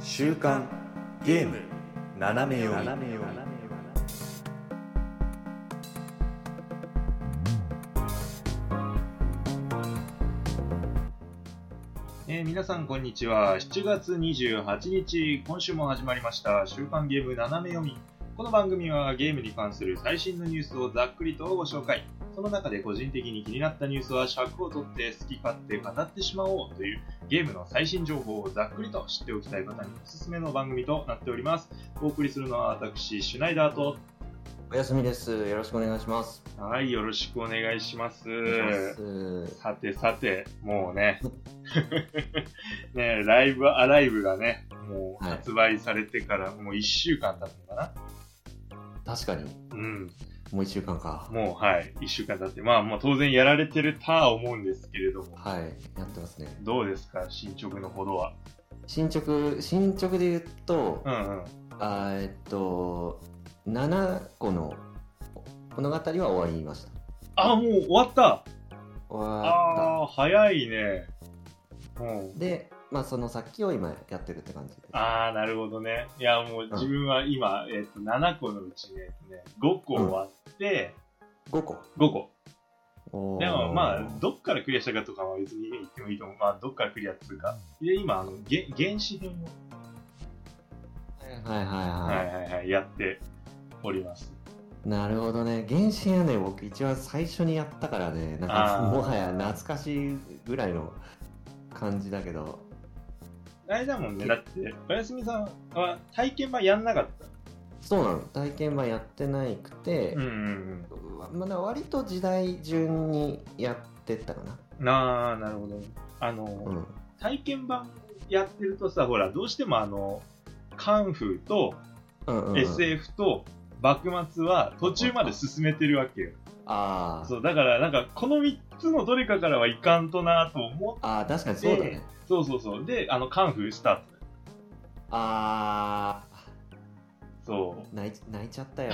週刊ゲーム斜め読みえー皆さんこんにちは7月28日今週も始まりました週刊ゲーム斜め読みこの番組はゲームに関する最新のニュースをざっくりとご紹介その中で個人的に気になったニュースは尺を取って好き勝手語ってしまおうというゲームの最新情報をざっくりと知っておきたい方におすすめの番組となっておりますお送りするのは私シュナイダーとおやすみです。よろしくお願いします。はいよろしくお願いしますお願いしますさてさて、もうね、 ねライブアライブがね、もうはい発売されてからもう1週間経ったのか確かに、な。うん。もう一週間か。もうはい、1週間経って、まあもう当然やられてるとは思うんですけれども、はい、やってますね。どうですか、進捗のほどは。進捗、進捗で言うとう、んうん。あーえっと、7個の物語は終わりました。あ、もう終わった終わああー、早いね。うんった。。で、まあその先を今やってるって感じで。ああ、なるほどね。いや、もう自分は今、えっと、7個のうちね、5個終わって、 5個。 5個。おーでもまあ、どっからクリアしたかとかは別に言ってもいいと思う。まあ、どっからクリアっていうか。で、今、あの、げ原始編を、はいはいははいい。はいはい、やっております。なるほどね。原神はね、僕一番最初にやったからね、なんあーかもはや懐かしいぐらいの感じだけど、あれだもんね。だって、おやすみさんは体験版やんなかった。そうなの体験版やってないくて、んうんわまだ割と時代順にやってったかな、うん。なあ、なるほど。あの、うん、体験版やってるとさ、ほら、どうしてもあの、カンフーとうんうんうん SF と幕末は途中まで進めてるわけよ。あーそう、だからなんか、この3つのどれかからはいかんとなと思っあー確かにそうだねそうそうそう。で、あの、カンフースタート。あそー泣い泣いちゃった よ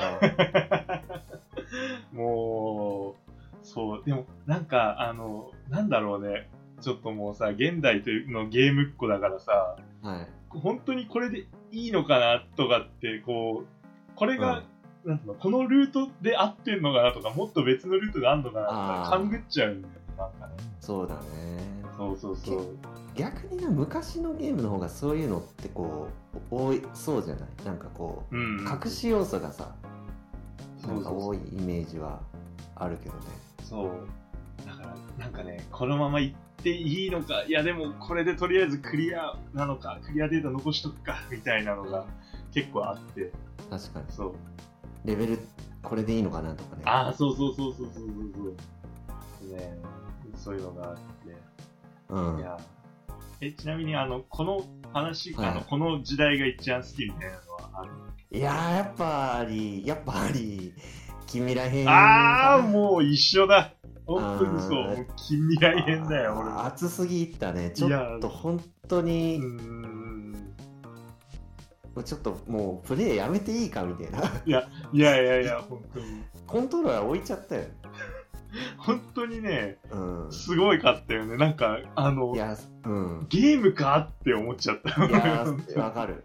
う。もう、そう。でも、なんか、あの、なんだろうね。ちょっともうさ、現代というのゲームっ子だからさ、はい本当にこれでいいのかなとかって、こう、これが、なんていうの、このルートで合ってんのかなとか、もっと別のルートがあんのかなとか、あー勘ぐっちゃうんだよね。なんかね。そうだねそうそうそう。逆にね昔のゲームの方がそういうのってこう多いそうじゃないなんかこう。うん隠し要素がさそなうんそかうそう多いイメージはあるけどねそう。だから、なんかね、このまま行っていいのか、いやでもこれでとりあえずクリアなのか、クリアデータ残しとくか、みたいなのが結構あって、確かにそう。レベルこれでいいのかなとかねああ、そうそうそうそうそうそうそう。ねそういうのがあって。うんいやえ、ちなみにあの、この話、はいあの、この時代が一番好きみたいなのはあるいやーやっぱりやっぱり君らへんああ、もう一緒だ。本当にそう。あーもう近未来編だよ、俺あーは。熱すぎたねちいやょっと本当うーにん。ちょっともうプレイやめていいかみたいな いやいやいや、本当に。コントローラー置いちゃったよ、本当にね、うん、すごいかったよね。なんか、あのい、やうんゲームかって思っちゃった。 いやーわかる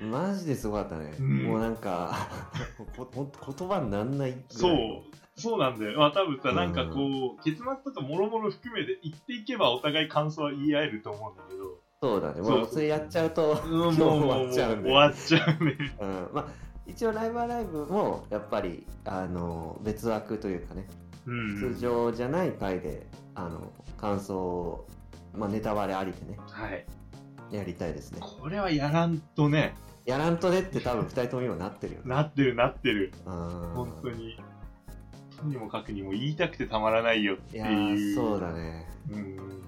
マジですごかったね、うんもうなんか ほほんと言葉になんないぐらいそう。そうなんだよ。まあ多分さ、うんなんかこう、結末とかもろもろ含めて言っていけばお互い感想は言い合えると思うんだけど、そうだねそうもうそれやっちゃうと、もう今日もう終わっちゃうもんうで終わっちゃうね。うん、まあ一応ライブアライブもやっぱりあの別枠というかねうん。通常じゃない回で、あの感想を、まあ、ネタバレありでねはい。やりたいですねこれはやらんとね、やらんとねって多分2人とも今なってるよねなってるなってる。本本当に。とにもかくにも言いたくてたまらないよっていいう。やーそうだ。ねうん。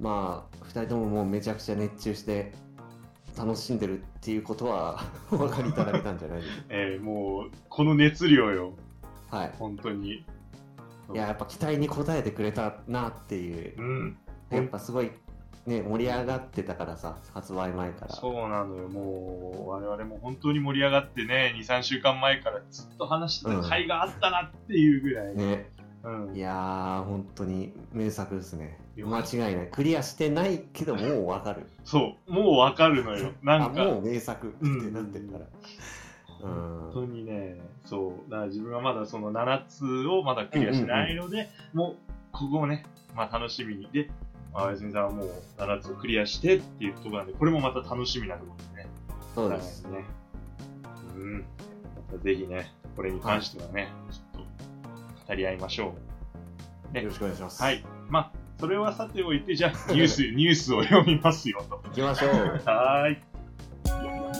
まあ2人とももうめちゃくちゃ熱中して楽しんでるっていうことは お分かりいただけたんじゃないでしょえーもう、この熱量よ。う かはい本当に。いややっぱ期待に応えてくれたなっていううん。やっぱすごいね盛り上がってたからさ発売前からそうなのよ。もう、我々も本当に盛り上がってね、2、3週間前からずっと話してた回があったなっていうぐらい。ねうんいやー、本当に名作ですね。よか間っ違いない。クリアしてないけど、もうわかる。そう、もうわかるのよ。なんあか、もう名作ってなってるから。う本当ん。にね、そう、だから自分はまだその7つをまだクリアしてないので、もう、ここをね、まあ楽しみに。で、まあ、やすみさんはもう7つをクリアしてっていうことなんで、これもまた楽しみなところですね。そうです。ね。うん。またぜひね、これに関してはね、ちょっと語り合いましょよろしくお願いします。う。はい。。まあ、それはさておいて、じゃあ、ニュース、ニュースを読みますよと。行きましょう。はーい。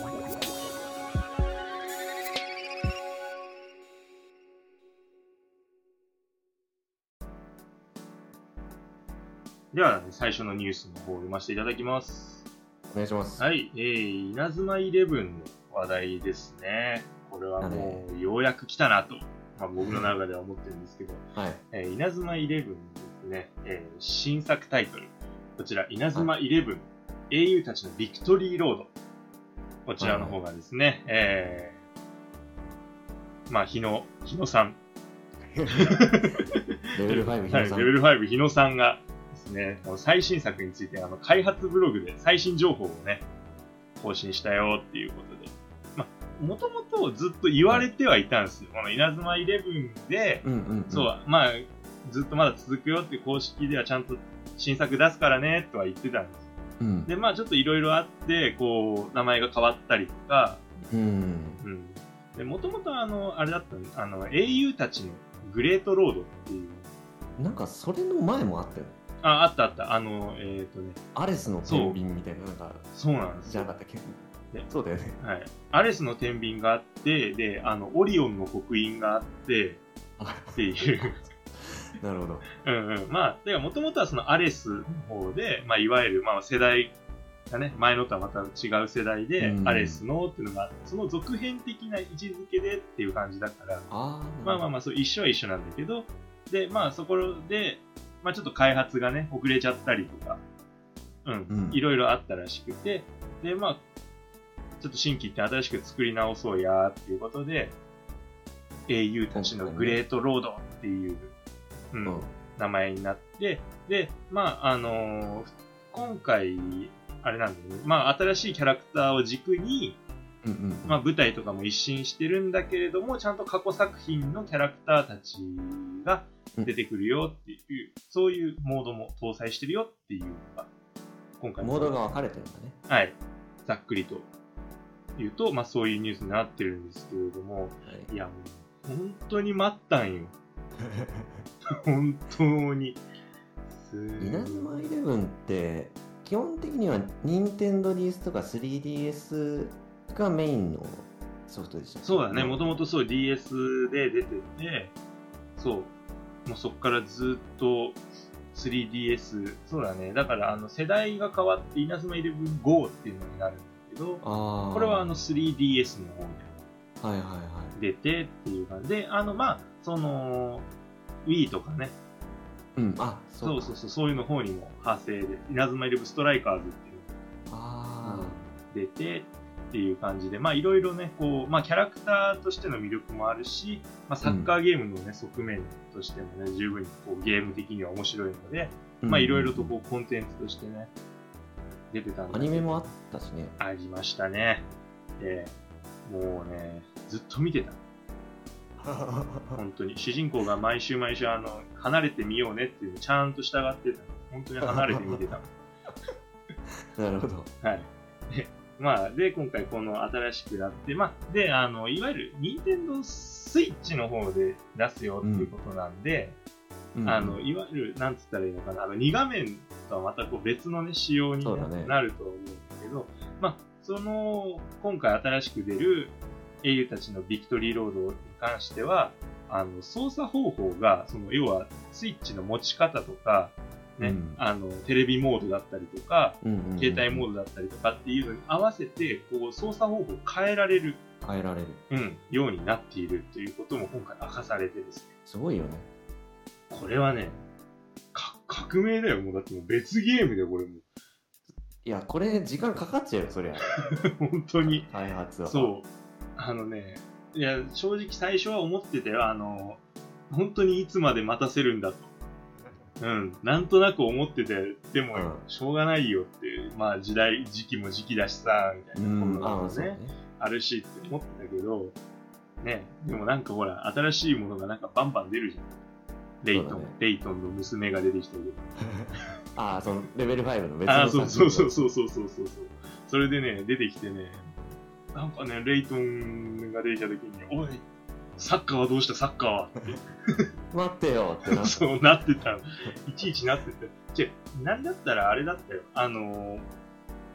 では、最初のニュースの方を読ませていただきます。お願いします。はい、えー、稲妻イレブンの話題ですね。これはもう、ようやく来たなと、まあ、僕の中では思ってるんですけど、 はい。えー、稲妻イレブンですね、えー新作タイトル。こちら、稲妻イレブン、英雄たちのビクトリーロード。こちらの方がですね、えー、まあ、日野、日野さん。レベル5、ひはろいさレん。ベル5、日野さんがですね、この最新作について、あの、開発ブログで最新情報をね、更新したよっていうことで。まあ、もともとずっと言われてはいたんですよ。この稲妻イレブンで、うんうんん。そう、まあ、ずっとまだ続くよって公式ではちゃんと新作出すからねとは言ってたんです。うん。で、まあちょっといろいろあって、こう、名前が変わったりとか、うん。うん。で、もともとあの、あれだったんあの、英雄たちのグレートロードっていう、なんか、それの前もあったよ。あ、あったあった、あの、えっ、とね、アレスのペンギンみたいな、なんか、そうなんですじゃよな。かったっけねそうだよね。はい。アレスの天秤があって、で、あの、オリオンの刻印があって、あっていう。なるほど。うんうん。まあ、もともとはそのアレスの方で、まあ、いわゆる、まあ、世代がね、前のとはまた違う世代でう、んアレスのっていうのが、その続編的な位置づけでっていう感じだから、あーまあまあまあ、そう、一緒は一緒なんだけど、で、まあ、そこで、まあ、ちょっと開発がね、遅れちゃったりとか、うん、うんいろいろあったらしくて、で、まあ、ちょっと新規って新しく作り直そうやーっていうことで、英雄たちのグレートロードっていう、うんうん。名前になって、で、まあ、あのー今回、あれなんだよね、まあ、新しいキャラクターを軸に、うんうん。まあ、舞台とかも一新してるんだけれども、ちゃんと過去作品のキャラクターたちが出てくるよっていう、そういうモードも搭載してるよっていうのが、今回のモードが分かれてるんだね。はい、ざっくりと言うと、まあ、そういうニュースになってるんですけれども、いや、もう、本当に待ったんよ。 本当に。すごい稲妻イレブンって基本的には任天堂 d s とか 3DS がメインのソフトでしたそうだね、ももともとそう DS で出てて、そう、もうそこからずっと 3DS、そうだね、だからあの世代が変わって、稲妻イレブン GO っていうのになるんだけど、あーこれはあの 3DS の方はいはいはで出てっていう感じで、あのまあ、その、Wii とかね、いうんあそうかそうそう、そういうの方にも派生で、稲妻イレブンストライカーズっていうのあ出てっていう感じで、まあいろいろね、こう、まあキャラクターとしての魅力もあるし、まあサッカーゲームのね、側面としてもね、十分にこうゲーム的には面白いので、ーまあいろいろとうんこうコンテンツとしてね、出てたアんだけニどメもあったし ねありましたね。ええもうね、ずっと見てた。本当に。主人公が毎週毎週、あの、離れてみようねっていうのをちゃんと従ってた。本当に離れて見てた。なるほどはい。で、まあ、で、今回この新しくなって、まあ、で、あの、いわゆる、任天堂スイッチの方で出すよっていうことなんで、うんあの、いわゆる、なんつったらいいのかな、あの、2画面とはまたこう別のね、仕様にそうな,、だねると思うんだけど、まあ、その、今回新しく出る英雄たちのビクトリーロードに関しては、あの、操作方法が、その、要は、スイッチの持ち方とか、ね、うんあの、テレビモードだったりとか、うんうんうん携帯モードだったりとかっていうのに合わせてこう操作方法を変えられる、変えられるうん、ようになっているということも今回明かされてですねすごいよねこれはねか革命だよもうだってもう別ゲームでこれもいやこれ時間かかっちゃうよそりゃう 本当に開発はそうあのねいや正直最初は思ってたよあの本当にいつまで待たせるんだと。うん、なんとなく思ってて、でもうん、しょうがないよっていう、まあ時代、時期も時期だしさ、みたいなところあもあそうね ね、あるしって思ってたけど、ね、でもなんかほら、新しいものがなんかバンバン出るじゃん。レイトそン、うだねレイトンの娘が出てきたりああそのレベル5の別あのあ、そう作そ品うそうそうそうそうそう。それでね、出てきてね、なんかね、レイトンが出てきた時に、おい、サッカーはどうしたサッカー はっ待っててよってなそうなってた。いちいちなってた。じゃなんだったらあれだったよ。あのー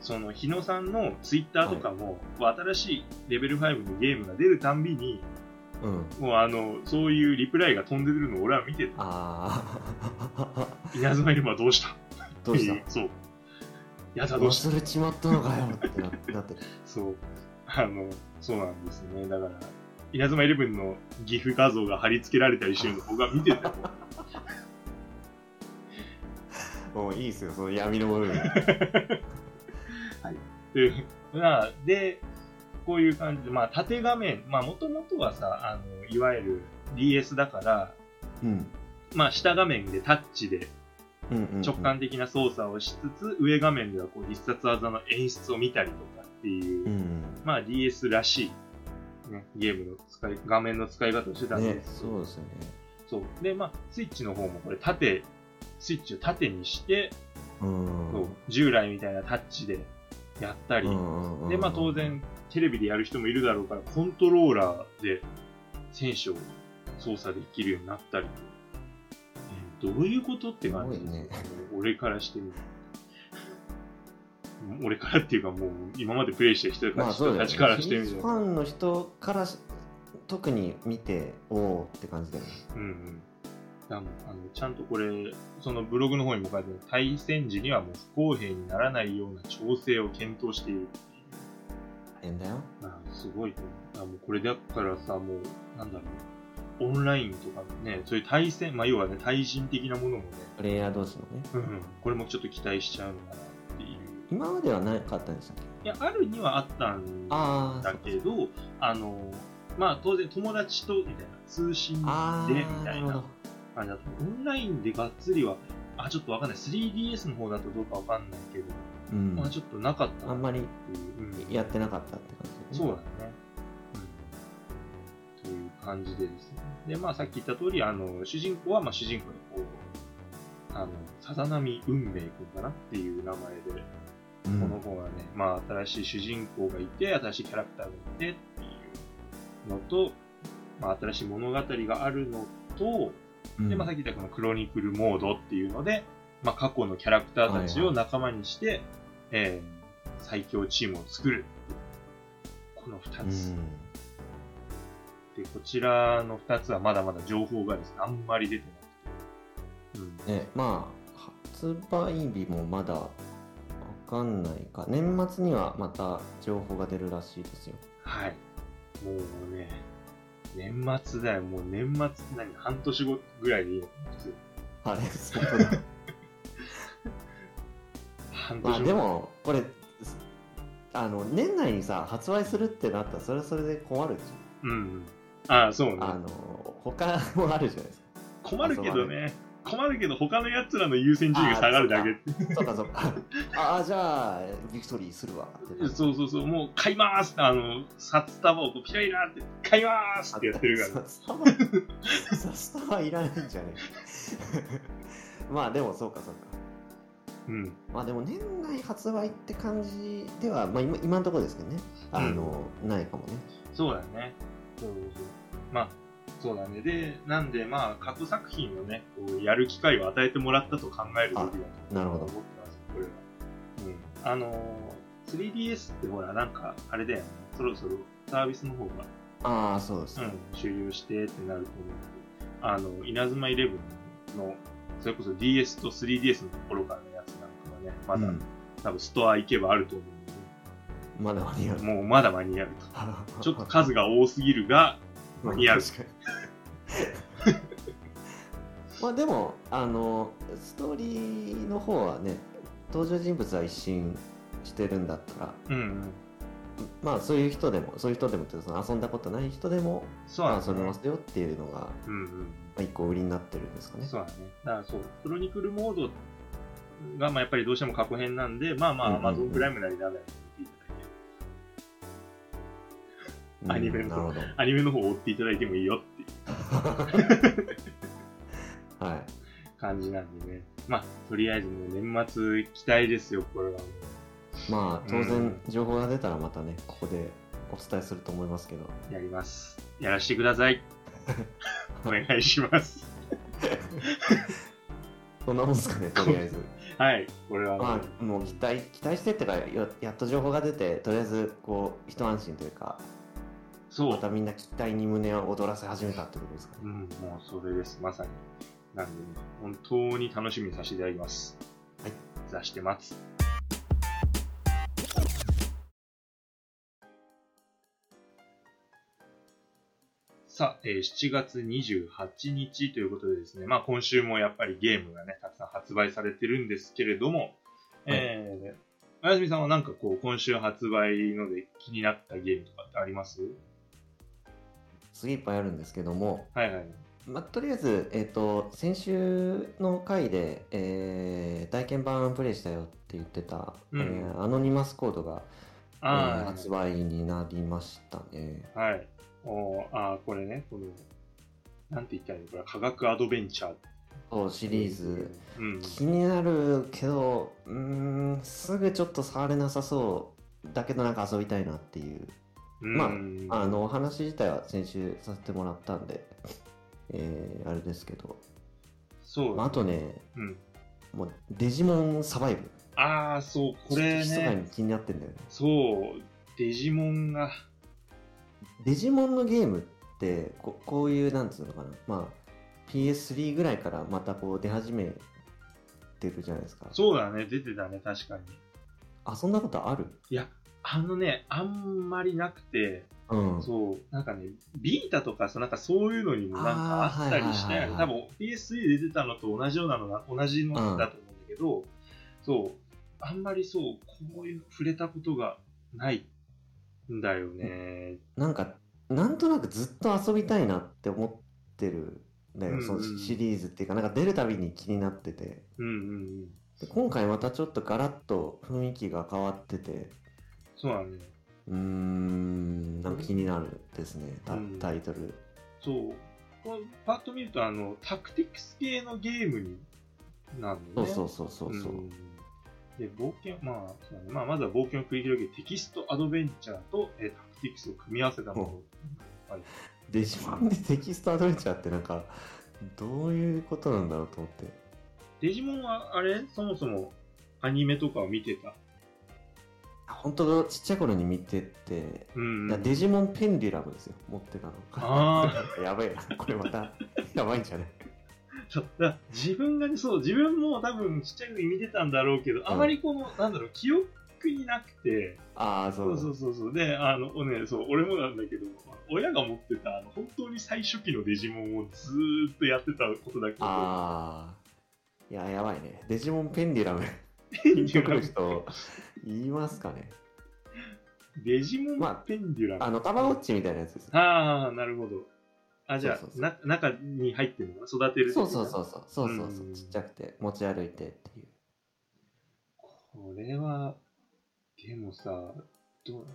その日野さんのツイッターとかも、新しいレベル5のゲームが出るたんびに、うんもうあの、そういうリプライが飛んでくるのを俺は見てた。ああ稲妻エルマどうしたどうしたってい そう。やだどうした忘れちまったのかよってなってなってそう。あの、そうなんですね。だから、稲妻イレブンのギフ画像が貼り付けられたりしてるの僕は見てたよ。もういいっすよその闇の部分で、まあで、こういう感じで、まあ縦画面、まあもともとはさ、あの、いわゆる DS だから、 うんまあ下画面でタッチでうんうんうん直感的な操作をしつつ、上画面ではこう必殺技の演出を見たりとかっていう、うんまあ DS らしい、ね、ゲームの使い、画面の使い方をしてたんねですけどそうですよねそう。で、まあ、スイッチの方もこれ縦、スイッチを縦にして、うんそう従来みたいなタッチでやったり、うんで、まあ当然、テレビでやる人もいるだろうから、コントローラーで選手を操作できるようになったり、えーどういうことって感じですすごいね俺からしてみる。俺からっていうかもう今までプレイした人またあちそうだよたねちからしてみフるァンの人からし特に見ておおって感じだよねうんうん。だもうあのちゃんとこれ、そのブログの方にも書いてある、対戦時にはもう不公平にならないような調整を検討している。大変だよまあ、すごいと思う。だからもうこれだからさ、もう、なんだろう、オンラインとかね、そういう対戦、まあ要はね、対人的なものもね、プレイヤー同士のねうんうん、これもちょっと期待しちゃうのかなっていう。今まではなかったんでしたっけいや、あるにはあったんだああけど、あの、まあ当然友達とみたいな、通信でああみたいななるほどあれだとオンラインでがっつりは、あ、ちょっとわかんない。3DS の方だとどうかわかんないけど、うんまあちょっとなかったあんなまっりていう。うんやってなかったって感じだそうよねだね。うん。という感じでですね。で、まあさっき言った通り、あの、主人公は、まあ主人公のこう、あの、さざ波運命くんかなっていう名前で、うんこの子がね、まあ、新しい主人公がいて、新しいキャラクターがいてっていうのと、まあ、新しい物語があるのうと、んで、まあ、さっき言ったこのクロニクルモードっていうので、まあ、過去のキャラクターたちを仲間にして、えー最強チームを作る。この二つ。で、こちらの二つはまだまだ情報がですね、あんまり出てなくて。うん。うんねまあ発売日もまだわかんないか年末にはまた情報が出るらしいですよはい。もうね、年末だよ。もう年末って何半年後ぐらいでいいの普通。あれそうだ半まあ年後。でもこれあの年内にさ発売するってなったらそれはそれで困るじうんうん。ああ、そうねゃん。あの他もあるじゃないです困るけどね。困るけど、他の奴らの優先順位が下がるだかけそうかそうかああじゃあビクトリーするわってなそうそうそう、もう買いますあの、札束をこうピラピラって、買いますってやってるから。さスタバさスタバいらないんじゃねまあでもそうかそうかうん。まあでも年内発売って感じでは、まあ、今今のところですけどねあの、ないかもねそうだね。そうそうそう。まあ、そうだね。で、なんで、まあ、過去作品をね、こうやる機会を与えてもらったと考えるべきだとなるほ思どってます、これは。うん。あのー、3DS ってほら、なんか、あれだよね。そろそろサービスの方が、ああそうです、うねん、終了してってなると思うんだけど、あの、稲妻イレブンの、それこそ DS と 3DS のところからのやつなんかはね、まだ、うん多分ストア行けばあると思まだ間に合うう ので、もうまだ間に合うと。ちょっとま数が多すぎるあが、間に合う確かに まあでもあのストーリーの方はね登場人物は一新してるんだったらうん、うん、まあそういう人でもそういう人でもっていうかその遊んだことない人でもそうまなあんです遊べねますよっていうのがうんうん。あ一個売りになってるんですかね。そうだね。だからそう、クロニクルモードが、まあ、やっぱりどうしても過去編なんで、まあまあ、うんうんうん Amazon プライムなりなんなり見ていただいて、うんアニメのなるほど。アニメの方を追っていただいてもいいよっていうはい。感じなんでね。まあ、とりあえずもう年末期待ですよ、これは。まあ当う然ん情報が出たらまたねここでお伝えすると思いますけど。やります。やらしてくだ さい。お願いします。そんなもんです かねとりあえず。はい、これはもう、まあもう期待期待してってかややっと情報が出てとりあえずこう一安心というかそまうた。みんな期待に胸を躍らせ始めたってことですかうね。ん、もうそれです、まさに。なんで、ね、本当に楽しみにさせていただきます。はい。座して待つ。さあ、えー7月28日ということでですね、まあ今週もやっぱりゲームがね、たくさん発売されてるんですけれども、えー、あやすみさんはなんかこう、今週発売ので気になったゲームとかってありますすげえいっぱいあるんですけども、はいはい。まあ、とりあえず、えー、と先週の回で、えー、体験版プレイしたよって言ってた、うんえーアノニマスコードが、えーあ発売になりましたね。あ、はい。おーああ、これね、この、なんて言ったらいいのこれ、科学アドベンチャー。そうシリーズ。うん。気になるけどうーんすぐちょっと触れなさそうだけどなんか遊びたいなっていうまあうんあのお話自体は先週させてもらったんで、えーあれですけど、そう、まあ、あとねうん。もうデジモンサバイブああ、そう、これちょっと密かね、に気になってんだよねそう、デジモンが、デジモンのゲームってここういうなんつうのかなまあ PS3 ぐらいからまたこう出始めてるじゃないですかそうだね、出てたね、確かに。遊んだことあるいや、あのね、あんまりなくて、うんそう、なんかね、ビータとかさ、なんかそういうのにもなんかあったりして、あーはいはいはい多分 PS3 で出てたのと同じようなのな、同じのだと思うんだけど、そう、あんまりそう、こういうの触れたことがないんだよね。なんかなんとなくずっと遊びたいなって思ってるんだよ、うんうんそのシリーズっていうかなんか出るたびに気になっててうんうんうん。で今回またちょっとガラッと雰囲気が変わっててそうだね。うーんなんか気になるですね、たうんタイトルそう。これパッと見ると、あの、タクティクス系のゲームになるそのうね。そうそうそうそう、んで冒険、まあそうだねまあ、まずは冒険を繰り広げるテキストアドベンチャーと、えータクティクスを組み合わせたもの。はいデジモンでテキストアドベンチャーってなんかどういうことなんだろうと思ってデジモンはあれそもそもアニメとかを見てた。本当ちっちゃい頃に見てて、うん、だからデジモンペンデュラムですよ持ってたのあ やばいなこれまたやばいんじゃないそう だから自分がね、そう、自分も多分ちっちゃい時見てたんだろうけど、あまりこの、なんだろう、記憶になくて、ああそそううそうそうそう、で、あの、おね、そう、俺もなんだけど、親が持ってた、あの、本当に最初期のデジモンをずーっとやってたことだけど、ああ。いや、やばいね。デジモンペンデュラム。 ペピンンデとュくラるム 人、いますかね。デジモまあンペンデュラム。あの、たまごっちみたいなやつです。あー、なるほど。あ、じゃあ、そうそうそうな中に入ってるのかな育てるそうそうう。そうそう。そうそうそうう。んちっちゃくて、持ち歩いてっていう。これは、でもさ、どう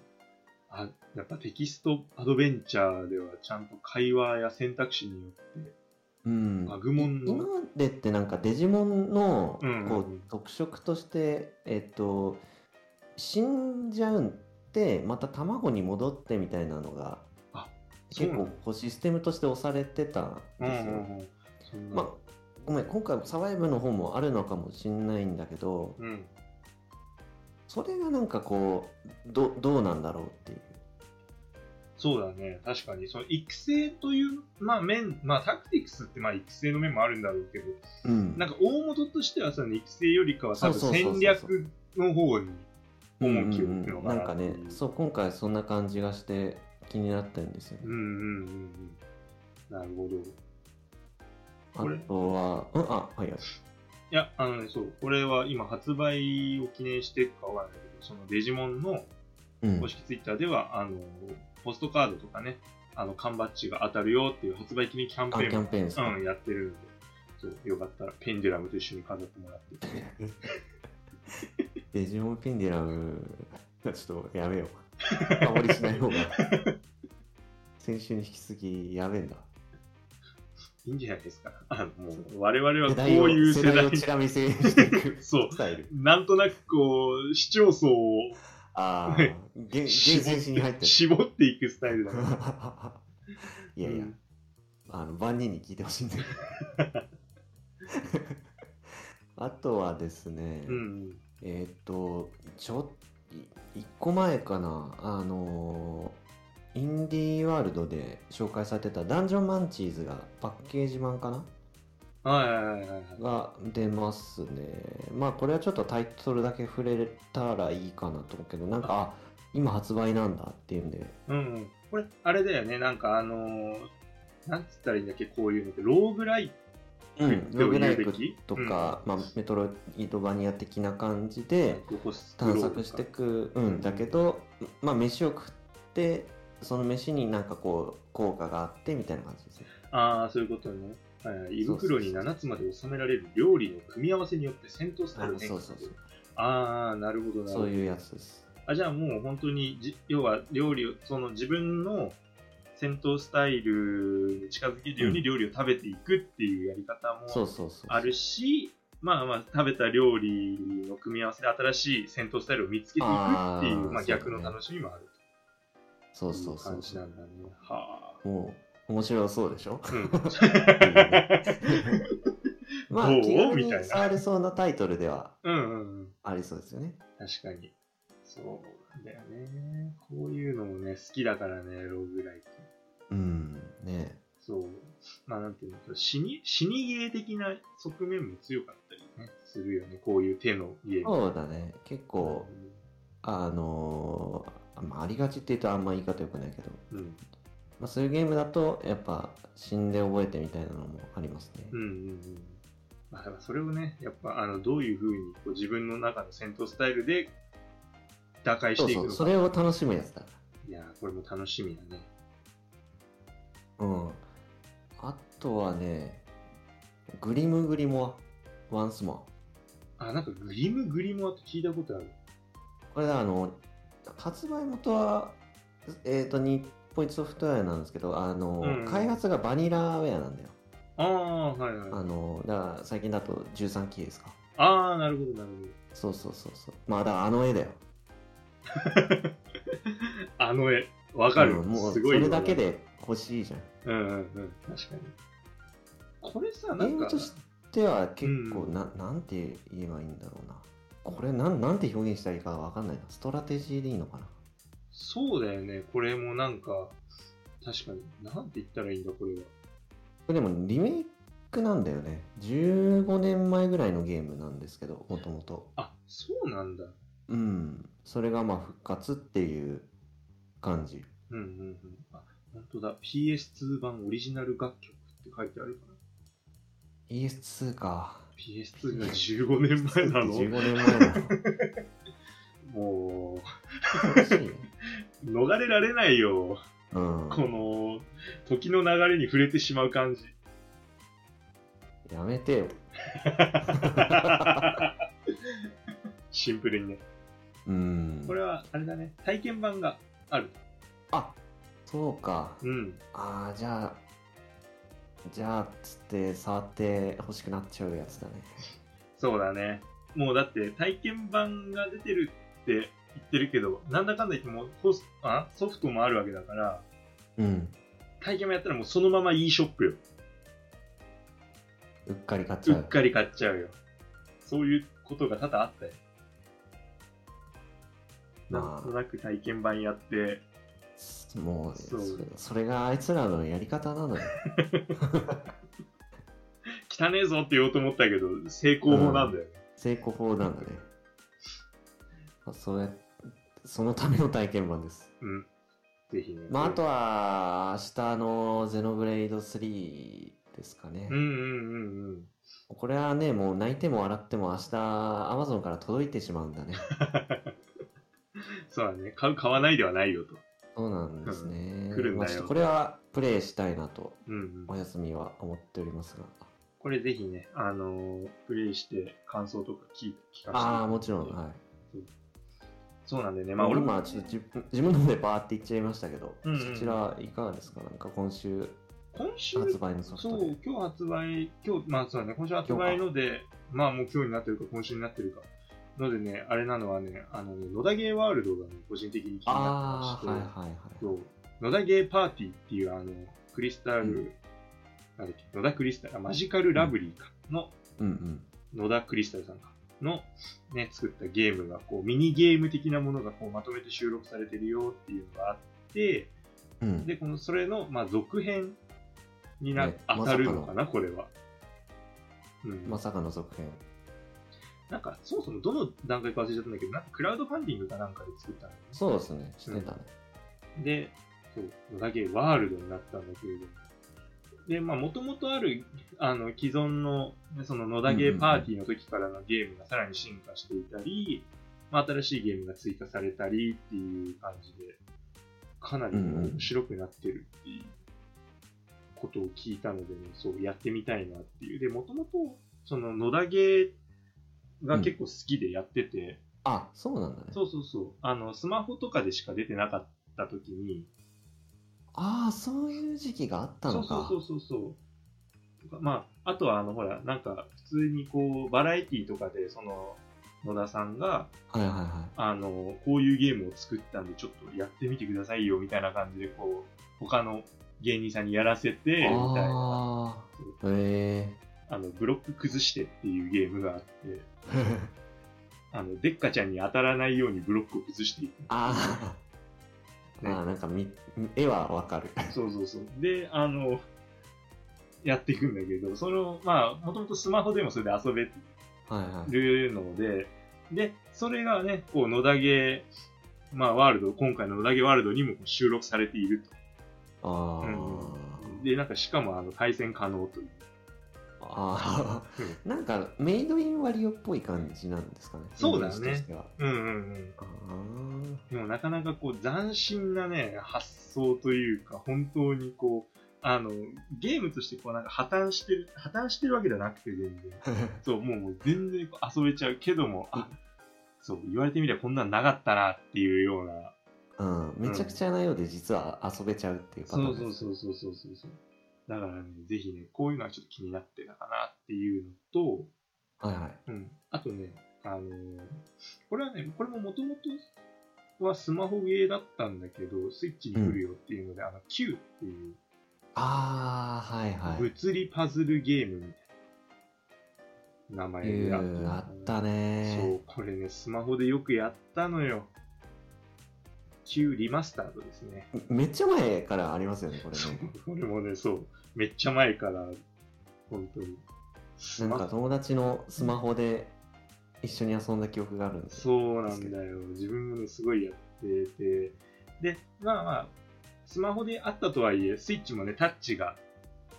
あ、やっぱテキストアドベンチャーではちゃんと会話や選択肢によって、うん。バグモン今のま、でってなんかデジモンのうんうんうんこう特色として、えっと、死んじゃうんって、また卵に戻ってみたいなのが、あそう結なの構こうシステムとして押されてたんうんうですよ。んうん。そんなまあ、ごめん、今回サバイブの方もあるのかもしんないんだけど、うん。それがなんかこう、どどうなんだろうっていう。そうだね。確かに、その育成という、まあ面、まあタクティクスってまあ育成の面もあるんだろうけど、うんなんか大元としてはその育成よりかは多分そうそうそうそう戦略の方に重きを置くのうんなんかなかっていう。ね、そう、今回そんな感じがして気になってるんですようんうね。んうんうん。なるほど。いこれあとは、うん、あ、はいはい。や、あのね、そう、これは今発売を記念してるかわからないけど、そのデジモンのうん公、式ツイッターでは、あの、ポストカードとかね、あの缶バッジが当たるよっていう発売記念キャンペあ、キーャンンペーンですか。も、うん、やってるんで、そうよかったらペンデュラムと一緒に飾ってもら って。デジモンペンデュラム、ちょっとやめ よう。あまりしない方が。先週に引き続きやべえんだ。いいんじゃないですか。あのもう我々は世こう代をいう世世代代をちら見せしていく そうスタイル。なんとなくこう、市町村をああ、厳選しに入ってる。絞っていくスタイルだから。いやいや、うんあの万人に聞いてほしいん だよ。あとはですね、うん。えーっ、と、ちょい一個前かな、あのーインディーワールドで紹介されてたダンジョンマンチーズがパッケージ版かなはいはいはいはい。が出ますね。まあこれはちょっとタイトルだけ触れたらいいかなと思うけど、なんか、あ、今発売なんだっていうんで、うんうん。これ、あれだよね。なんかあのーなんつったらいいんだっけ、こういうのって。ローグライううんん、ログライとクいうべきとか、まあ、メトロイドバニア的な感じでここスク探ロール索していくうんだけど、まあ、飯を食ってその飯になんかこう効果があってみたいな感じですねああ、そういうことね。はいはい胃袋に7つまで収められる料理の組み合わせによって戦闘スタイルを変そう化すそるうそうああ、なるほどなるほそうど。いうやつですあじゃあもう本当にじ、要は料理を、その自分の戦闘スタイルに近づけるように料理を食べていくっていうやり方そうもそうそうあるし、まあまあ食べた料理の組み合わせで新しい戦闘スタイルを見つけていくっていう、あーまあ逆のそうだね楽しみもあるそとういそううそ感うじなんだね。はもう面白そうでしょ あ。うん。まあどう気軽みたいにな触れそうなタイトルではうんうんうん。ありそうですよね確かに。そうなんだよね。こういうのもね、好きだからね、ローグライク。うん ねそう。まあなんていうのか、死に、死にゲー的な側面も強かったりね、するよね。こういう手のゲーム。そうだね結構あのーまあ、ありがちって言うとあんま言い方良くないけど、うん。うんまあ、そういうゲームだとやっぱ死んで覚えてみたいなのもありますね。うんうんうん。まあだからそれをね、やっぱ、あの、どういうふうにこう自分の中の戦闘スタイルで打開しそうていくそのうか。それを楽しむやつだ。いやーこれも楽しみだね。うん。あとはね、グリムグリモア、ワンスモあ、なんかグリムグリモアって聞いたことある。ア。これあの、発売元は、えっ、と、日本一ソフトウェアなんですけど、あの、うん開発がバニラウェアなんだよ。ああ、はいはい。あの、だから最近だと 13K ですか。ああ、なるほど、なるほど。そうそうそうそう。まあ、だからあの絵だよ。あの絵、わかる。うんもう、すそごいよれだけ。で欲しいじゃん。うんうんうん、確かに。これさ、ゲなーんムかと、しては結構うんな、なんて言えばいいんだろうな。これなん、なんて表現したらいいかわかんないな。ストラテジーでいいのかな。そうだよね、これもなんか、確かに、なんて言ったらいいんだ、これは。これでもリメイクなんだよね。15年前ぐらいのゲームなんですけど、もともと。あ、そうなんだ。うん。それがまあ復活っていう感じ。うんうんうん。あ、本当だ。PS2 版オリジナル楽曲って書いてあるかな。 ES2 か。 PS2 が15年前な ?15 の年前なの。も恐ろしいねう、逃れられないよ。うん。この、時の流れに触れてしまう感じ。やめてよ。シンプルにね。うんこ。れは、あれだね。体験版がある。あそうか。うん。ああじゃあじゃあつって触って欲しくなっちゃうやつだねそうだね。もうだって体験版が出てるって言ってるけど、なんだかんだ言ってもうホスあソフトもあるわけだから、うん体験版やったらもうそのまま e ショップよ。うっかり買っちうゃうっかり買っちゃうよ。そういうことが多々あったよ。なまあんとなく体験版やって、もうそそうれそれがあいつらのやり方なのよ汚ねえぞって言おうと思ったけど、成功もなんだよ。成功法なんだねそれそのための体験版ですうん。ぜひね。まああとは明日のゼノブレイド3ですかね、うんうんうんうん。これはねもう泣いても笑っても明日アマゾンから届いてしまうんだねそうだね。買う、買わないではないよと。そうなんですね。 来るんだよまあちょっとこれはプレイしたいなと、うんうんお休みは思っておりますが。これぜひね、あのープレイして感想とか聞い聞かせて。ああ、もちろん、はい。そうなんでね、まあ俺も、今、ちょっと自分自分の方でバーって言っちゃいましたけど、うんうんそちらはいかがですかなんか今週今週、発売のソフそトうで。、今日発売、今日、まあそうだね、今週発売ので、まあもう今日になってるか、今週になってるか。のでね、あれなのはね、あのね、野田ゲーワールドがね、個人的に気になあってあ、はまいして、はいはい。そう野田ゲーパーティーっていう、あの、クリスタル、うんなんだっけ、野田クリスタル、あマジカルラブリーか、のうんうん。野田クリスタルさんかの、ね、作ったゲームがこうミニゲーム的なものがこうまとめて収録されてるよっていうのがあってうん、でこのそれの、まあ、続編にな、ね当たるのかなこれは、うんまさかの続編。なんかそもそもどの段階か忘れちゃったんだけどなんかクラウドファンディングかなんかで作ったのねそうですね、してたね。で、そう、野田ゲーワールドになったんだけれども。で、まあ、もともとある、あの、既存の、ねその野田ゲーパーティーの時からのゲームがさらに進化していたり、まあ、新しいゲームが追加されたりっていう感じで、かなり面白くなってるっていうことを聞いたのでね、そう、やってみたいなっていう。で、もともと、その野田ゲーが結構好きでやってて、あ、そうなんだね。そうそうそう。あの、スマホとかでしか出てなかった時に、ああ、そういう時期があったのか。そうそうそうそうそう。まあ、あとは、あの、ほら、なんか、普通にこう、バラエティとかで、その、野田さんが、はいはいはい。あの、こういうゲームを作ったんで、ちょっとやってみてくださいよ、みたいな感じで、こう、他の芸人さんにやらせて、みたいな、ああ、へあの、ブロック崩してっていうゲームがあって、え。あの、デッカちゃんに当たらないようにブロックを崩していく。 あー、ねあー、なんかみ絵はわかる。そうそうそう。で、あの、やっていくんだけど、その、まあ、もともとスマホでもそれで遊べはいはい。るので、で、それがね、こう、野田ゲー、まあ、ワールド、今回の野田ゲーワールドにも収録されているあと。ー、うんで、なんか、しかも、あの、対戦可能という。あー、なんかメイドインワリオっぽい感じなんですかね。そうだねイメージとしてはうんうんうん。あーでも、なかなか、こう、斬新なね、発想というか、本当にこう、あの、ゲームとして、こう、なんか、破綻してる、破綻してるわけじゃなくて、全然。そう、もうもう全然こう遊べちゃうけども、あ、そう、言われてみればこんなんなかったなっていうような。 うん、めちゃくちゃなようで実は遊べちゃうっていうパターンですうそうそうそうそう。だからね、ぜひね、こういうのはちょっと気になってたかなっていうのと、はいはいうん、あとね、あのーこれはね、これももともとはスマホゲーだったんだけど、スイッチに来るよっていうので、あの、Q っていうああはいはい物理パズルゲームみたいな名前いでうあったのあったねそう、これね、スマホでよくやったのよ。旧リマスタードですね。めっちゃ前からありますよねこ そうれこれもね、そう。めっちゃ前から、本当に。ねなんか友達のスマホで一緒に遊んだ記憶があるんですそうなんだよ。自分もね、すごいやってて。で、まあまあ、スマホであったとはいえ、スイッチもね、タッチが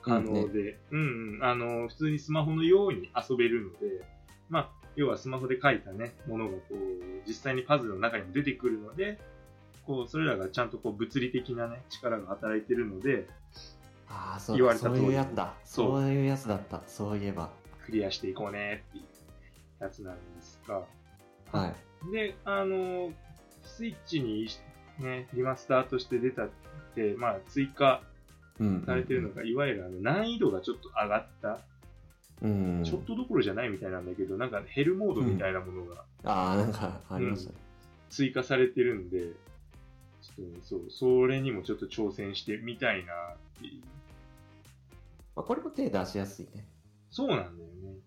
可能で、うん、うん、あの、普通にスマホのように遊べるので、まあ、要はスマホで書いたね、ものがこう、実際にパズルの中にも出てくるので、こう、それらがちゃんとこう、物理的なね、力が働いてるので、ああそう言われたそ通ういりうやつだそうそういうやつだったそういえばクリアしていこうねっていうやつなんですが、はいで、あの、スイッチに、ね、リマスターとして出たって、まあ、追加うんされてるのが、いわゆるあの難易度がちょっと上がった、うんちょっとどころじゃないみたいなんだけど、なんかヘルモードみたいなものがああなんかありましたね追加されてるんで、ちょっとね、そう、それにもちょっと挑戦してみたいなっていう。まあこれも手出しやすいねそうなんだよね。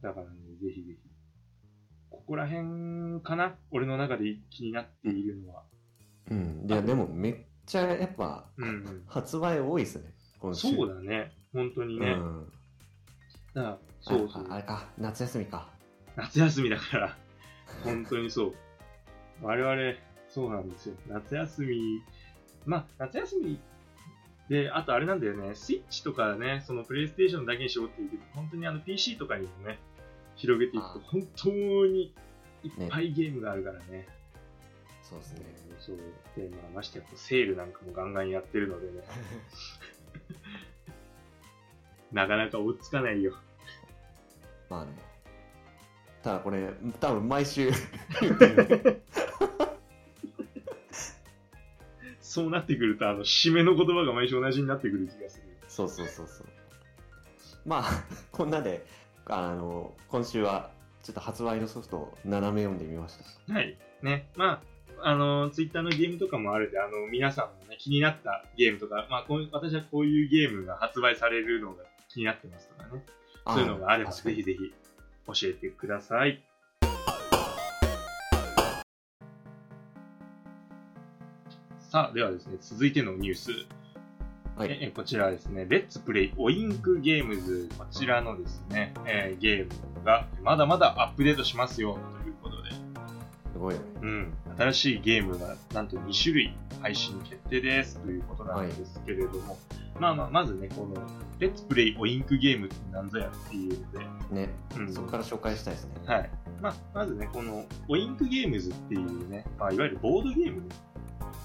だからね、ぜひぜひ。ここら辺かな俺の中で気になっているのは。うんいやでもめっちゃやっぱうんうん発売多いですね今週そうだね。本当にね。うんだからそうそうああ。れか、夏休みか。夏休みだから、本当にそう。我々、そうなんですよ。夏休み、まあ、夏休みで、あとあれなんだよね、スイッチとかね、そのプレイステーションだけに絞っていくと、本当にあの PC とかにもね、広げていくと、あ本当にいっぱいゲームがあるからね。そうですね。 そうで、まあ、ましてやこうセールなんかもガンガンやってるのでね、なかなか追っつかないよ。まあね。ただこれ、多分毎週言って るそうなってくると、あの、締めの言葉が毎週同じになってくる気がする。そうそうそうそう。まあ、こんなで、あの、今週は、ちょっと発売のソフトを斜め読んでみました。はい。ね。まあ、あの、ツイッターのゲームとかもあるんで、あの、皆さんもね、気になったゲームとか、まあこういう、私はこういうゲームが発売されるのが気になってますとかね。そういうのがあれば、確かにぜひぜひ教えてください。さあ、ではですね、続いてのニュース。はえい。えこちらはですね、レッツプレイオインクゲームズ、こちらのですね、えーゲームがまだまだアップデートしますよということで、すごい。うん、新しいゲームがなんと2種類配信決定ですということなんですけれども、まあまあ、まずね、このレッツプレイオインクゲームって何ぞやっていうので、ね。うんそこから紹介したいですね。はい。まあ、まずね、この、オインクゲームズっていうね、まあ、いわゆるボードゲーム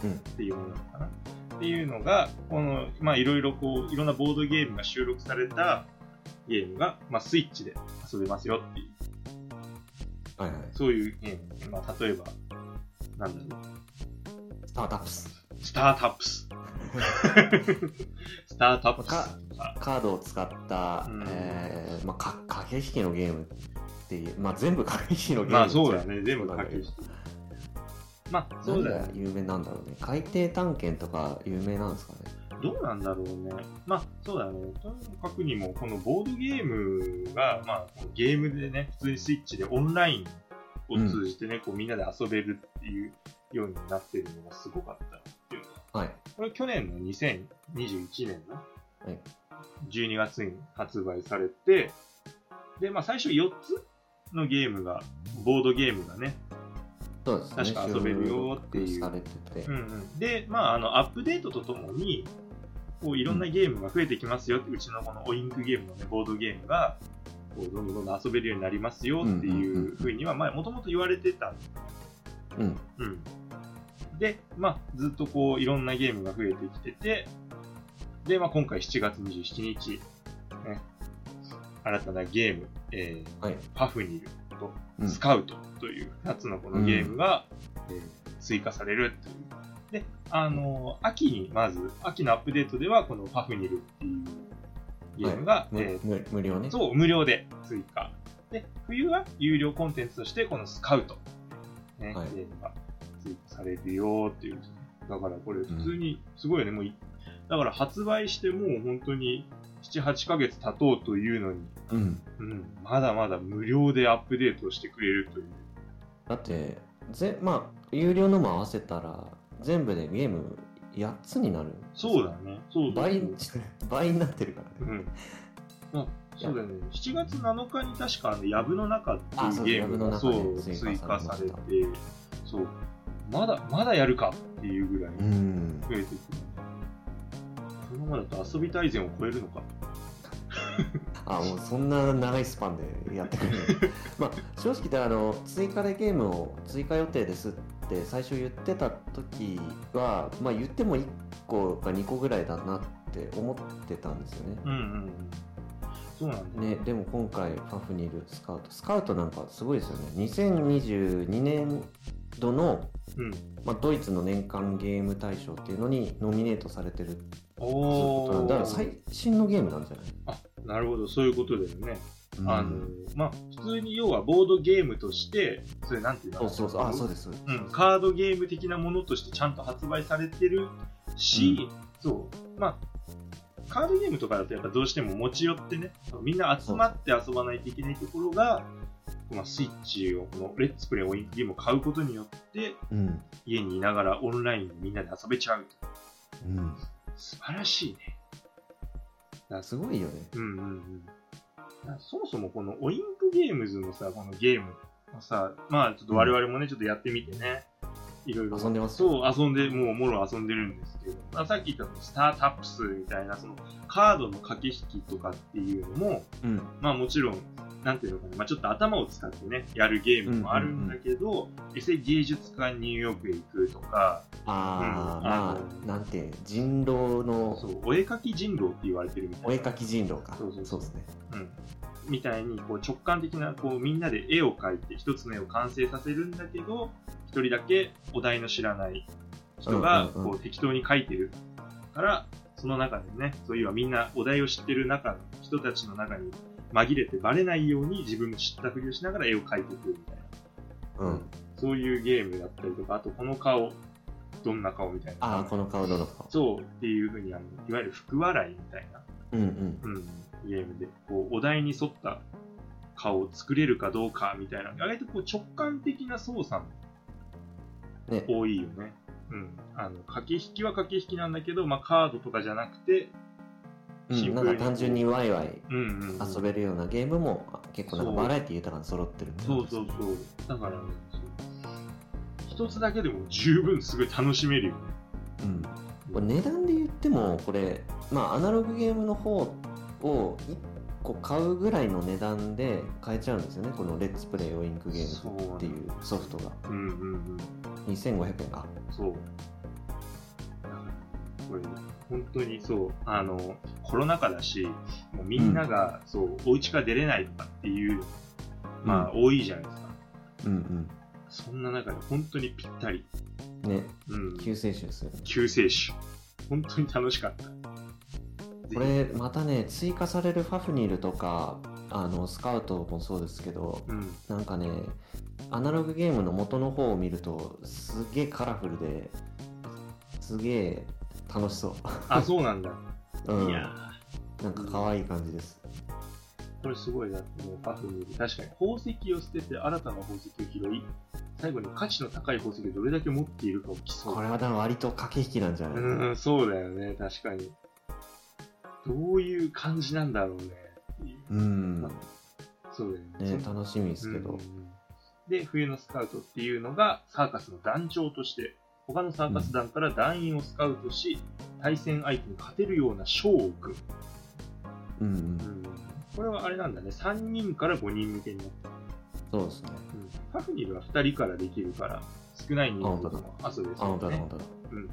うんっていうものなのかな。っていうのが、この、まあ、いろいろこう、いろんなボードゲームが収録されたゲームが、まあ、スイッチで遊べますよっていう、はいはい。そういうゲーム。まあ、例えば、なんだろう、スタートアップス。スタートアッ プス。スタートアップスとか。カードを使った、うんえーまあ、か駆け引きのゲームっていう、まあ、全部駆け引きのゲームまあ、そうだね、全部そうなんだけ駆け引どき。まあ、そ何うだよねが。有名なんだろうね。海底探検とか有名なんですかね。どうなんだろうね。まあ、そうだね。とにかくにも、このボードゲームが、まあ、ゲームでね、普通にスイッチでオンラインを通じてね、こうみんなで遊べるっていうようになってるのがすごかったっていうのがはい。これ去年の2021年のい12月に発売されて、で、まあ最初4つのゲームが、ボードゲームがね、そうですね。確か遊べるよっていう収録されてて。うんうん、で、まあ、あのアップデートとともにこういろんなゲームが増えてきますよって、うちのこのオインクゲームの、ね、ボードゲームがこうどんどんどんどん遊べるようになりますよってうんうんいうんうふうにはもともと言われてた、うん。うん、で、まあ、ずっとこういろんなゲームが増えてきててで、まあ、今回7月27日、ね、新たなゲーム、えーはい。パフニルとうんスカウトという2つのこのゲームが、えー追加されるという。で、あのー秋にまず、秋のアップデートではこのパフニルっていうゲームが、無え無無料ね。ーそう、無料で追加。で、冬は有料コンテンツとしてこのスカウト、ねはいゲームが追加されるよっていう。だからこれ普通にすごいよね、もうい、だから発売してもう本当に7、8ヶ月経とうというのに、うん。うん、まだまだ無料でアップデートしてくれるという。だって、ぜまあ、有料のも合わせたら、全部でゲーム8つになる。そうだね。そうだ倍 ね。、倍になってるからうね。ん。あそうだよね。7月7日に確かあの、やぶの中ってあいそううゲームが藪のそ中うね追追加加さされれてた、そう。まだ、まだやるかっていうぐらいうん。増えてきて。このままだと遊び大全を超えるのか。あもうそんな長いスパンでやってくれる まあ正直言ったらあの追加でゲームを追加予定ですって最初言ってた時はまあ言っても1個か2個ぐらいだなって思ってたんですよねうんうんうん。そうなんだよ。ねでも今回パフにいるスカウトスカウトなんかすごいですよね2022年度の、うん。まあ、ドイツの年間ゲーム大賞っていうのにノミネートされてるっていうこおとなんー。でだから最新のゲームなんじゃないあ、なるほど。そういうことだよね。あのうん、まあ、普通に要はボードゲームとして、それなんていうのそうそうそうあそううですそうです、ん、カードゲーム的なものとしてちゃんと発売されてるし、そう、まあ、カードゲームとかだとやっぱどうしても持ち寄ってね、みんな集まって遊ばないといけないところが、まあ、スイッチを、このレッツプレイオインゲームを買うことによって、うん家にいながらオンラインでみんなで遊べちゃう。うん素晴らしいね。すごいよね。うんうんうん。そもそもこのオインクゲームズのさ、このゲームをさ、まあちょっと我々もね、ちょっとやってみてね、いろいろ。遊んでますよそう、遊んで、もうもろ遊んでるんですけど、まあ、さっき言ったのスタートアップスみたいな、そのカードの駆け引きとかっていうのも、うん。まあもちろん、なんていうのかな、まあ、ちょっと頭を使ってね、やるゲームもあるんだけど、エセ芸術館ニューヨークへ行くとか、あうんー、あまのあ、なんて、人狼のそう、お絵描き人狼って言われてるみたいな。お絵描き人狼か。そうそうそそううですね。うん、みたいにこう直感的なこうみんなで絵を描いて一つの絵を完成させるんだけど一人だけお題の知らない人がうんうんうんこう適当に描いてるからその中でねそういうはみんなお題を知ってる中の人たちの中に紛れてバレないように自分も知ったふりをしながら絵を描いていくみたいなうん。そういうゲームだったりとかあとこの顔どんな顔みたいああ、なこの顔どの顔。そうっていうふうにあのいわゆる福笑いみたいなうんうん。うん、ゲームでこうお題に沿った顔を作れるかどうかみたいな意外とこう直感的な操作もね。多いよね、うん、あの駆け引きは駆け引きなんだけど、まあ、カードとかじゃなくて、うシンん、なプルにんか単純にワイワイうんうんうん、遊べるようなゲームもあ結構なんかそうバラエティ豊かに揃ってるねそうそうそうだから、ね、そう一つだけでも十分すごい楽しめるよねうん、これ値段で言ってもこれまあアナログゲームの方を1個買うぐらいの値段で買えちゃうんですよねこの「レッツプレイオインクゲーム」っていうソフトがうんうんうん2500円かそう。だからこれ、本当にそう、あの、コロナ禍だし、もうみんなが、そう、お家から出れないとかっていう、まあ、多いじゃないですか。うんそんな中で、本当にぴったり。うんねうん。救世主ですよね救世主。本当に楽しかった。これまたね追加されるファフニルとかあのスカウトもそうですけどうん。なんかねアナログゲームの元の方を見るとすげえカラフルですげえ楽しそあ、そうなんだ。う、うん、いやなんか可愛い感じですー、これすごいな。もうパフに、確かに、宝石を捨てて新たな宝石を拾い、最後に価値の高い宝石をどれだけ持っているかを競うこ。れは多分割と駆け引きなんじゃない、うん、そうだよね、確かに。どういう感じなんだろうね。うんまねそうだよね。そ楽しみですけどうん、で、冬のスカウトっていうのが、サーカスの団長として、他のサーカス団から団員をスカウトし、対戦相手に勝てるような賞を置く。うんう、うんん、これはあれなんだね、3人から5人向けになってそうですねる。うん、パフニルは2人からできるから、少ない人数とかも遊べあ本当そうだね本。当だうん。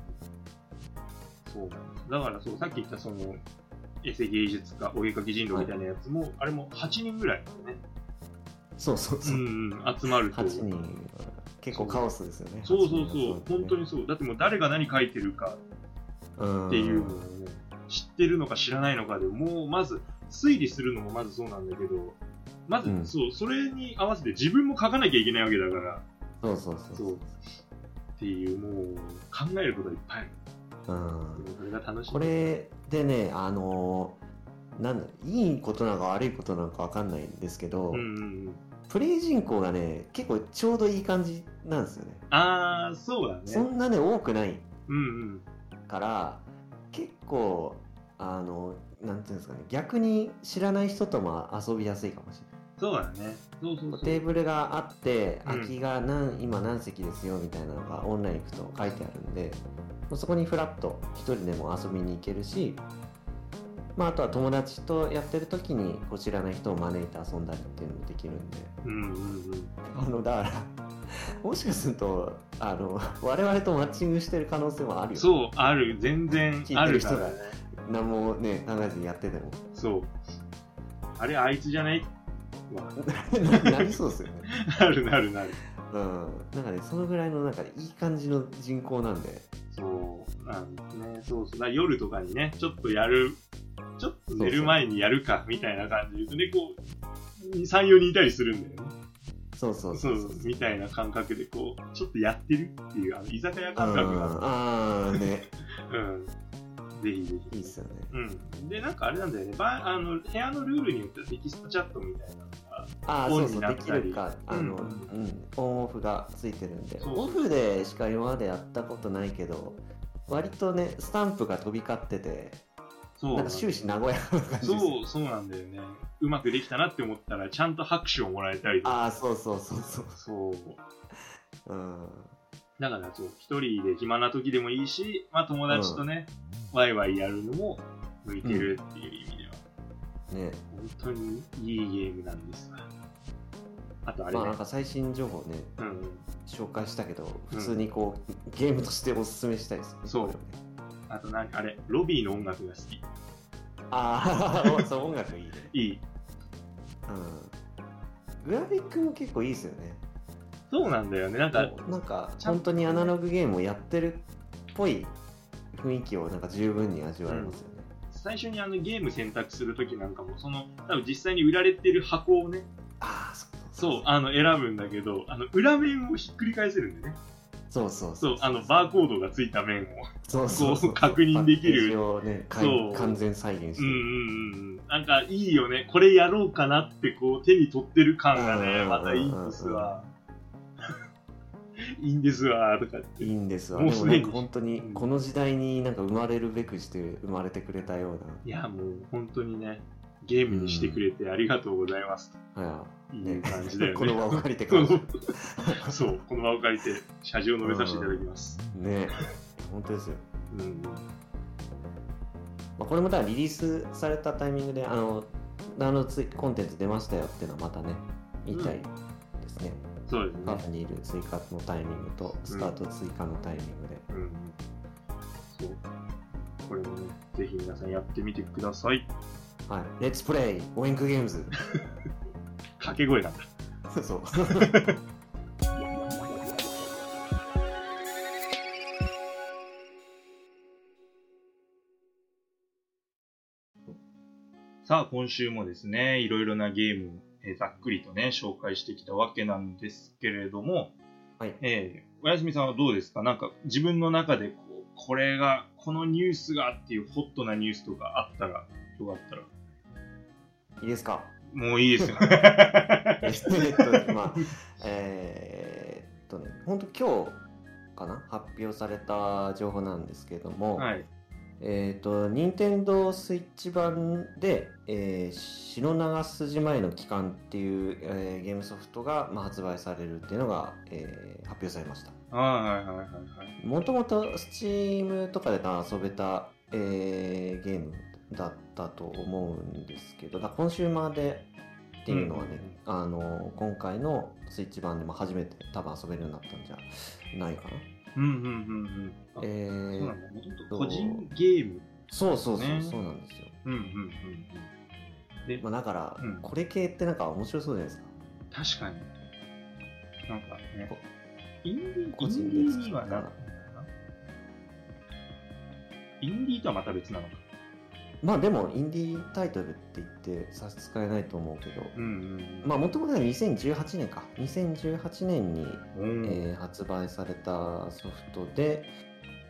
そうなんです。だからそう、さっき言ったその、エセ芸術家、お絵かき人狼みたいなやつも、あれも8人ぐらいなんだよね。そうそううそう、ん、うん、集まると。八そう人結構カオスですよねそうそう、八人本は当にそう。だってもう誰が何書いてるかうんっていうのをね、知ってるのか知らないのかで、もうまず、推理するのもまずそうなんだけど、まず、うんそう、それに合わせて自分も書かなきゃいけないわけだから、そうそうそうそう。っていう、もう、考えることがいっぱいある。うんでもそれが楽しい。これでねあのーなんだいいことなのか悪いことなのかわかんないんですけど、うんうんうん。プレイ人口がね結構ちょうどいい感じなんですよねあー、そうだね。そんなね多くないうんうん。から結構あのなんていうんですかね逆に知らない人とも遊びやすいかもしれないそうだね。そうそうそこうう。テーブルがあってうん空きが何、今何席ですよみたいなのがオンライン行くと書いてあるんでもうそこにフラッと一人でも遊びに行けるし、まあ、あとは友達とやってる時にこう知らない人を招いて遊んだりっていうのもできるんでうんうんうん。あのだから もしかするとあの我々とマッチングしてる可能性もあるよそう、ある。全然あるからね。何もね考えずにやって ても。そう。あれ、あいつじゃないわ ななりそうですよね。なるなるなる。うん。なんかね、そのぐらいの、なんかいい感じの人口なんで。そう。なんですね。そうそう。だから夜とかにね、ちょっとやる、ちょっと寝る前にやるか、みたいな感じで言うとね、こう、3、4人いたりするんだよね。そうそそううそそううみたいな感覚で、こう、ちょっとやってるっていう、あの、居酒屋感覚が。ああー、ね、うん。ぜひぜひ。いいっすよね。うん。で、なんかあれなんだよね。ばあの部屋のルールによってはテキストチャットみたいなのが。ああ、オンそうにそう、なっでたりきるか、あの、ううんん、オンオフがついてるんで。そうオフでしか今までやったことないけど、割とね、スタンプが飛び交ってて、そうなんか終始和やかな感じです。そう、そうなんだよね。うまくできたなって思ったら、ちゃんと拍手をもらえたりとか。ああ、そうそうそうそう。そう。うん。だから、そう、一人で暇な時でもいいし、まあ友達とね、ワイワイやるのも向いてるっていう意味では。ね、本当にいいゲームなんですわあとあれまねあ、なんか最新情報ね、うん、紹介したけど、普通にこう、ゲームとしておすすめしたいですね。そうこれはねあと何あれロビーの音楽が好きああ、 そう、音楽いいね。いいうん。グラフィックも結構いいですよね。そうなんだよねなんかなんか、ちゃんと本当にアナログゲームをやってるっぽい雰囲気をなんか十分に味わえますよね。最初にあのゲーム選択するときなんかもその多分実際に売られてる箱をねああ、そそうあの選ぶんだけどあの裏面をひっくり返せるんでねそうそうそうあのバーコードがついた面をそうそうこう確認できるパッケージをね、かそいう完全再現してうんうる。んうんうんなんかいいよねこれやろうかなってこう手に取ってる感がうんうんうんうねんまたいいんですわいいんですわとかっていいんですわ。もうですもでなにんか本当にこの時代になんか生まれるべくして生まれてくれたよういやもう本当にねゲームにしてくれてありがとうございますな、はといいう感じだよねこの場を借りてそ感うじ。 そうこの場を借りて謝辞を述べさせていただきます、ね本当ですよ。うんまあ、これもだからリリースされたタイミングで、あの、あのツイコンテンツ出ましたよっていうのはまたね、言いたいですね。そうですカねフ、ェにいる追加のタイミングと、スタート追加のタイミングで。うん、そうこれもねぜひ皆さんやってみてくださいはい。レッツプレイウィンクゲームズ掛け声なんだ そう。さあ、今週もですね、いろいろなゲームをえーざっくりとね、紹介してきたわけなんですけれども、はいえーおやすみさんはどうですかなんか自分の中でこう、これが、このニュースがっていうホットなニュースとかあったら、よかったら、いいです かもういいですよ。えっと、まあ、えーっとね、本当今日かな発表された情報なんですけども、はい。えーっと、任天堂スイッチ版で、えー白長筋前の期間っていう、えーゲームソフトが、まあ、発売されるっていうのが、えー発表されました。はいはいはいはい。もともと Steam とかで遊べた、えーゲームだったと思うんですけど、だからコンシューマーでっていうのはね、あの今回のスイッチ版でも初めて多分遊べるようになったんじゃないかな。うんうんうんうん。あえーそうなんだ。もともと個人ゲーム。そうそうそう、ねそうなんですよ。うんうんうんうん。で、まあ、だから、うんこれ系ってなんか面白そうじゃないですか。確かに。なんかねこ、インディー個人で作ったインディーはなんかインディーとはまた別なのか。まあでも、インディータイトルって言って差し支えないと思うけど、うんうん。まあもともとは2018年か。2018年にうんえー発売されたソフトで、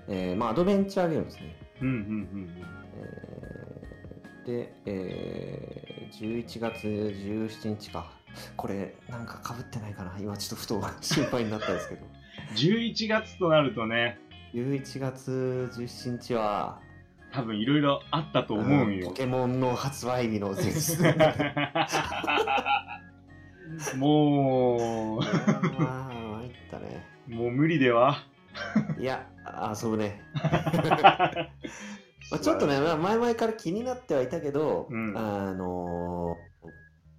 えーまあ、アドベンチャーゲームですね。うんうんえーで、えー11月17日か。これ、なんか被ってないかな今ちょっとふと心配になったんです けど。うん。11月となるとね、 11月17日は、多分いろいろあったと思うんあのポよ。ケモンの発売日の前 日もまあ、参ったね。う、もう無理で は。いや、遊ぶね。まあ、ちょっとね、まあ前々から気になってはいたけど、うんあのー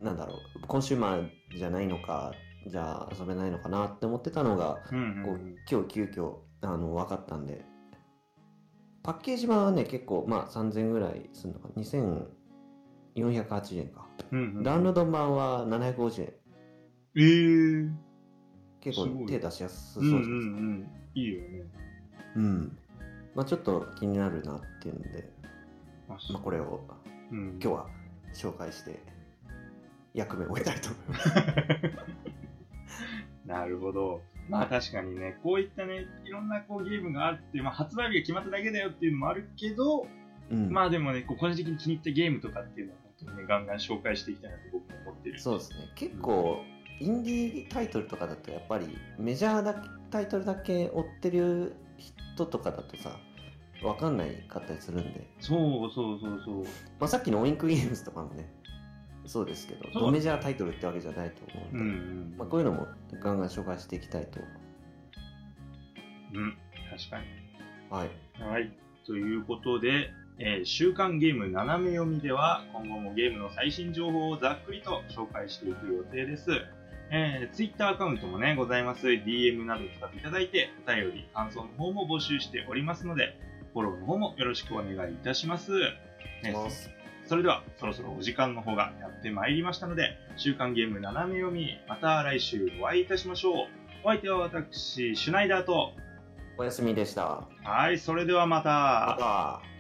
なんだろう、コンシューマーじゃないのか、じゃあ遊べないのかなって思ってたのが、うんうこうん今日急遽あの分かったんで、パッケージ版はね、結構、まあ、3000ぐらいするのか、2480円か。うんうんうん。ダウンロード版は750円。えー。結すご構い手出しやすそううんじうゃんうないですか。ん。いいよね。うん。まあ、ちょっと気になるなっていうんで、あまあ、これをうん今日は紹介して役目を終えたいと思います。なるほど。まあ確かにね、こういったね、いろんなこうゲームがあって、まあ、発売日が決まっただけだよっていうのもあるけど、うん、まあでもね、こう個人的に気に入ったゲームとかっていうのは、本当にね、ガンガン紹介していきたいなと僕も思ってる。そうですね結構インディータイトルとかだとやっぱりメジャーだタイトルだけ追ってる人とかだとさ分かんないかったりするんで、そうそうそうそう。まあ、さっきのオインクゲームズとかもねそうですけどそうドメジャータイトルってわけじゃないと思ううんんで、うん。まあ、こういうのもガンガン紹介していきたいとうん、確かはいに。はい。ということで、えー週刊ゲーム斜め読みでは今後もゲームの最新情報をざっくりと紹介していく予定です。えー、Twitter アカウントもね、ございます。DM など使っていただいて、お便り、感想の方も募集しておりますので、フォローの方もよろしくお願いいたします。お願いしねます。それでは、そろそろお時間の方がやってまいりましたので、週刊ゲーム斜め読み、また来週お会いいたしましょう。お相手は私、シュナイダーと、おやすみでした。はい、それではまた。また。